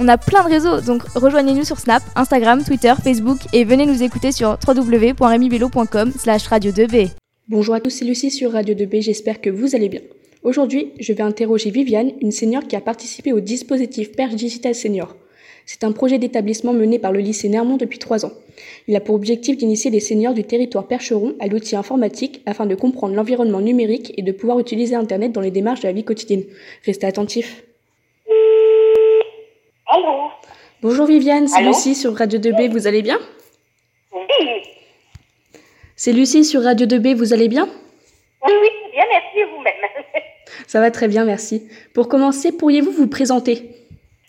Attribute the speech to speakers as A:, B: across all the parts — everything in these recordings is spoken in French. A: On a plein de réseaux, donc rejoignez-nous sur Snap, Instagram, Twitter, Facebook et venez nous écouter sur www.remibello.com slash radio2b.
B: Bonjour à tous, c'est Lucie sur Radio 2B, j'espère que vous allez bien. Aujourd'hui, je vais interroger Viviane, une senior qui a participé au dispositif Perche Digital Senior. C'est un projet d'établissement mené par le lycée Nermont depuis trois ans. Il a pour objectif d'initier les seniors du territoire percheron à l'outil informatique afin de comprendre l'environnement numérique et de pouvoir utiliser Internet dans les démarches de la vie quotidienne. Restez attentifs.
C: Allô
B: Bonjour Viviane, c'est
C: Allô
B: Lucie sur Radio 2B, vous allez bien
C: Oui,
B: C'est Lucie sur Radio 2B, vous allez bien
C: oui, oui, c'est bien, merci vous-même.
B: Ça va très bien, merci. Pour commencer, pourriez-vous vous présenter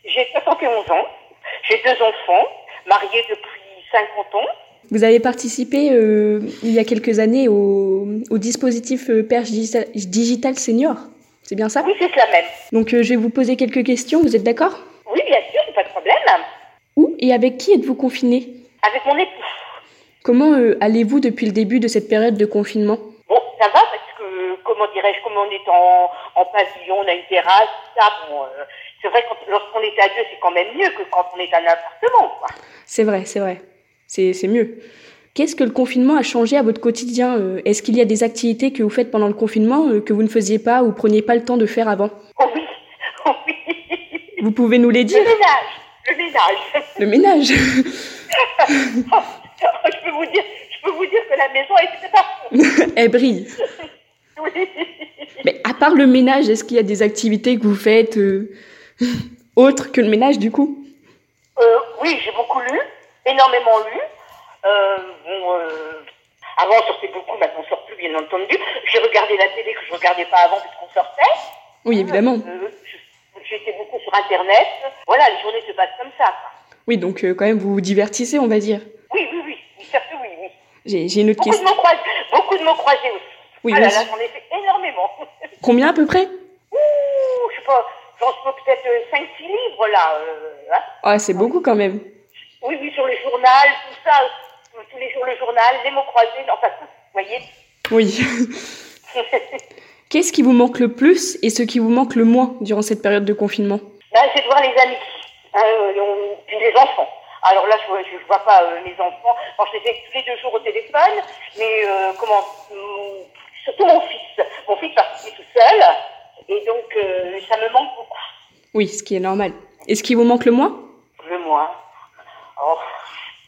C: J'ai 71 ans, j'ai deux enfants, mariés depuis 50 ans.
B: Vous avez participé euh, il y a quelques années au, au dispositif euh, Perche Digital- Digital Senior, c'est bien ça
C: Oui, c'est cela même.
B: Donc euh, je vais vous poser quelques questions, vous êtes d'accord
C: Oui, bien sûr, c'est pas de problème.
B: Où et avec qui êtes-vous confiné
C: Avec mon époux.
B: Comment euh, allez-vous depuis le début de cette période de confinement
C: Bon, ça va parce que, comment dirais-je, comme on est en, en pavillon, on a une terrasse, tout ça, bon, euh, c'est vrai que lorsqu'on est à deux, c'est quand même mieux que quand on est dans un appartement, quoi.
B: C'est vrai, c'est vrai. C'est c'est mieux. Qu'est-ce que le confinement a changé à votre quotidien euh, Est-ce qu'il y a des activités que vous faites pendant le confinement euh, que vous ne faisiez pas ou preniez pas le temps de faire avant
C: Oh oui, oh oui.
B: Vous pouvez nous les
C: Le
B: dire
C: ménage, le ménage.
B: Le ménage
C: je peux vous dire, je peux vous dire que la maison était parfaite.
B: Elle Eh, brille.
C: Oui.
B: Mais à part le ménage, est-ce qu'il y a des activités que vous faites euh, autres que le ménage du coup
C: Euh, oui, j'ai beaucoup lu, énormément lu. Euh, bon, euh, avant, on sortait beaucoup, maintenant on sort plus, bien entendu. J'ai regardé la télé que je regardais pas avant puisqu'on sortait.
B: Oui, évidemment.
C: Euh, je- J'étais beaucoup sur Internet. Voilà, les journées se passent comme ça. quoi.
B: Oui, donc euh, quand même, vous vous divertissez, on va dire.
C: Oui, oui, oui, oui, surtout oui, oui.
B: J'ai j'ai une autre
C: Beaucoup de
B: question.
C: mots croisés, beaucoup de mots croisés aussi.
B: Oui,
C: ah Oh, là
B: oui.
C: là, j'en ai fait énormément.
B: Combien à peu près
C: Ouh, je sais pas, j'en suis peut-être 5-6 livres là. euh, hein.
B: Ah, c'est beaucoup quand même.
C: Oui, oui, sur le journal, tout ça, euh, tous les jours le journal, les mots croisés, enfin, tout, vous voyez.
B: Oui. Qu'est-ce qui vous manque le plus et ce qui vous manque le moins durant cette période de confinement
C: Là, c'est de voir les amis, hein, euh, on- puis les enfants. Alors là, je vois, je, je vois pas euh, mes enfants. Bon, je les ai tous les deux jours au téléphone, mais euh, comment hum, Surtout mon fils. Mon fils parce qu'il est tout seul, et donc euh, ça me manque beaucoup.
B: Oui, ce qui est normal. Et ce qui vous manque le moins
C: Le moins. Oh,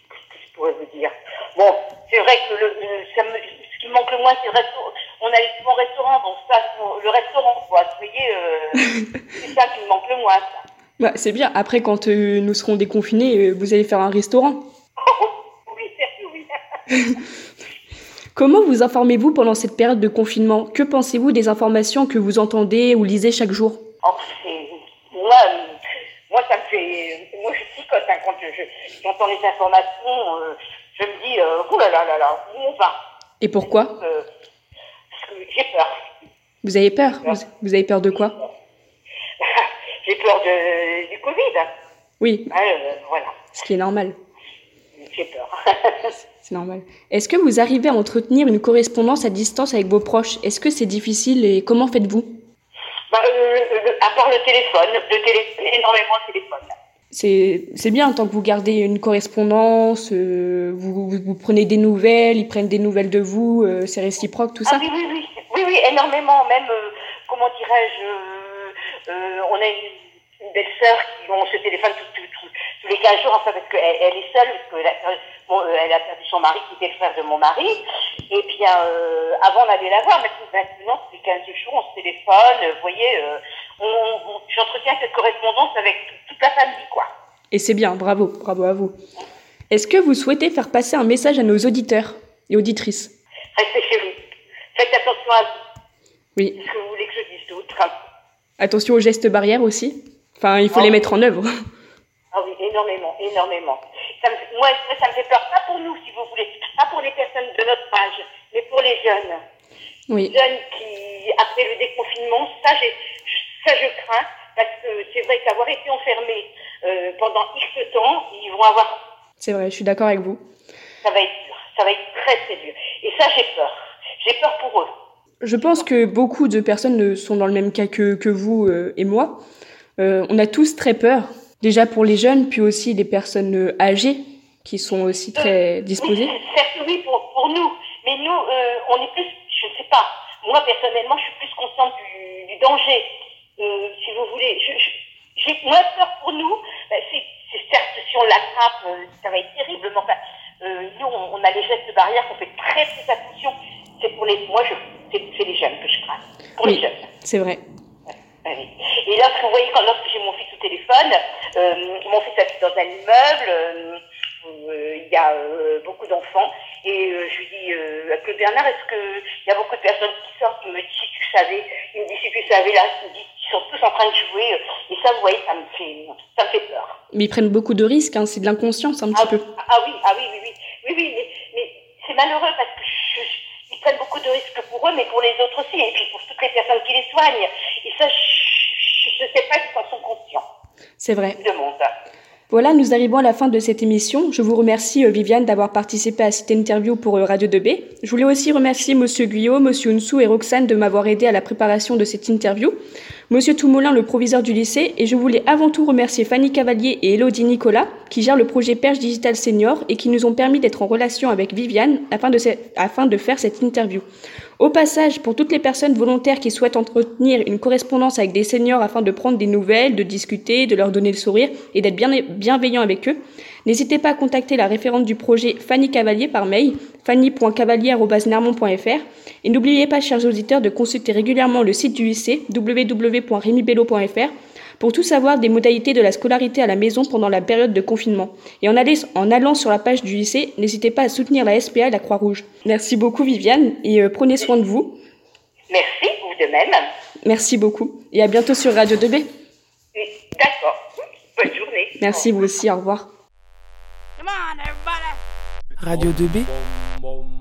C: qu'est-ce que je pourrais vous dire Bon, c'est vrai que le, le- ça me- ce qui me manque le moins, c'est le restaurant. On allait souvent au restaurant, donc ça, c'est le restaurant, quoi. Vous voyez, euh, c'est ça qui me manque le moins, ça.
B: Ouais, Bah, C'est bien, après quand euh, nous serons déconfinés, euh, vous allez faire un restaurant.
C: Oui, c'est oui.
B: Comment vous informez-vous pendant cette période de confinement Que pensez-vous des informations que vous entendez ou lisez chaque jour
C: Oh, c'est... Moi, euh, moi, ça me fait... Moi, je psychote hein, quand je- je- j'entends les informations. euh, je me dis, euh, ouh là là là là, où on va
B: Et pourquoi
C: Euh, Parce que j'ai peur.
B: Vous avez peur vous, vous avez peur de quoi
C: j'ai peur de, du Covid. hein,
B: Oui,
C: euh, voilà,
B: ce qui est normal.
C: j'ai peur.
B: C'est normal. Est-ce que vous arrivez à entretenir une correspondance à distance avec vos proches Est-ce que c'est difficile et comment faites-vous
C: Bah, euh, euh, à part le téléphone, le télé... énormément le téléphone.
B: C'est c'est bien tant que vous gardez une correspondance, euh, vous, vous, vous prenez des nouvelles, ils prennent des nouvelles de vous, euh, c'est réciproque, tout
C: Ah
B: ça.
C: oui, oui, oui, oui, oui, énormément, même, euh, comment dirais-je, euh, euh, on a une, une belle-sœur qui, on se téléphone tout- tout- tout- tous les 15 jours, enfin, parce qu'elle elle est seule, parce qu'elle a, bon, euh, elle a perdu son mari, qui était le frère de mon mari, et bien, euh, avant, on allait la voir, maintenant, maintenant, tous les 15 jours, on se téléphone, euh, vous voyez, euh, on, on- j'entretiens cette correspondance avec toute la famille, quoi.
B: Et c'est bien, bravo, bravo à vous. Est-ce que vous souhaitez faire passer un message à nos auditeurs et auditrices
C: Restez chez vous. Faites attention à vous,
B: Oui,
C: ce que vous voulez que je dise d'autre. hein.
B: attention aux gestes barrières aussi. Enfin, il faut les mettre en œuvre.
C: Ah oui, énormément, énormément. Ça me, moi, ça, ça me fait peur, pas pour nous, si vous voulez, pas pour les personnes de notre âge, mais pour les jeunes.
B: Oui,
C: Les jeunes qui, après le déconfinement, ça, j'ai, ça je crains, parce que c'est vrai qu'avoir été enfermés euh, pendant X temps, ils vont avoir,
B: c'est vrai, je suis d'accord avec vous.
C: ça va être dur, ça va être très, très dur. Et ça, j'ai peur. J'ai peur pour eux.
B: Je pense que beaucoup de personnes euh, sont dans le même cas que, que vous euh, et moi. Euh, on a tous très peur déjà pour les jeunes, puis aussi les personnes euh, âgées qui sont aussi très disposées.
C: Oui, certes, oui, pour, pour nous. Mais nous, euh, on est plus, je ne sais pas, moi personnellement, je suis plus consciente du, du danger, euh, si vous voulez. Je- je- J'ai moins peur pour nous. Ben, c'est c'est certes, si on l'attrape, euh, ça va être terriblement. Enfin, euh, nous, on, on a les gestes barrières, on fait très très attention. C'est pour les, moi, je, c'est c'est les jeunes que je crains. Pour
B: Oui.
C: les jeunes.
B: C'est vrai.
C: Ah oui. Et lorsque vous voyez, quand, lorsque j'ai mon fils au téléphone, euh, mon fils habite dans un immeuble euh, où euh, il y a euh, beaucoup d'enfants, et euh, je lui dis, euh, Claude Bernard, est-ce qu'il y a beaucoup de personnes qui sortent Il me dit, si tu savais, il me dit, si tu savais, là, il me dit, ils sont tous en train de jouer, et ça, vous voyez, ça me fait, ça me fait peur.
B: Mais ils prennent beaucoup de risques, hein, c'est de l'inconscience un petit
C: Ah,
B: peu.
C: ah oui, ah oui, oui, oui, oui, oui mais, mais c'est malheureux parce que je- je- ils prennent beaucoup de risques pour eux, mais pour les autres aussi, et puis pour toutes les personnes qui les soignent. Et ça, je ne sais pas s'ils en sont conscients,
B: C'est vrai.
C: je me demande.
B: Voilà, nous arrivons à la fin de cette émission. Je vous remercie, euh, Viviane, d'avoir participé à cette interview pour euh, Radio 2B. Je voulais aussi remercier Monsieur Guyot, Monsieur Unsou et Roxane de m'avoir aidé à la préparation de cette interview. Monsieur Toumoulin, le proviseur du lycée. Et je voulais avant tout remercier Fanny Cavalier et Elodie Nicolas, qui gèrent le projet Perche Digital Senior et qui nous ont permis d'être en relation avec Viviane afin de, se- afin de faire cette interview. Au passage, pour toutes les personnes volontaires qui souhaitent entretenir une correspondance avec des seniors afin de prendre des nouvelles, de discuter, de leur donner le sourire et d'être bien, bienveillant avec eux, n'hésitez pas à contacter la référente du projet Fanny Cavalier par mail, fanny.cavalier.nermont.fr. Et n'oubliez pas, chers auditeurs, de consulter régulièrement le site du lycée www.remibello.fr pour tout savoir des modalités de la scolarité à la maison pendant la période de confinement. Et en, allais- en allant sur la page du lycée, n'hésitez pas à soutenir la SPA et la Croix-Rouge. Merci beaucoup Viviane et euh, prenez soin de vous.
C: Merci, vous de même.
B: Merci beaucoup et à bientôt sur Radio 2B.
C: Oui, D'accord. Bonne journée.
B: Merci vous aussi, au revoir.
D: Radio 2B.
E: Boom, boom,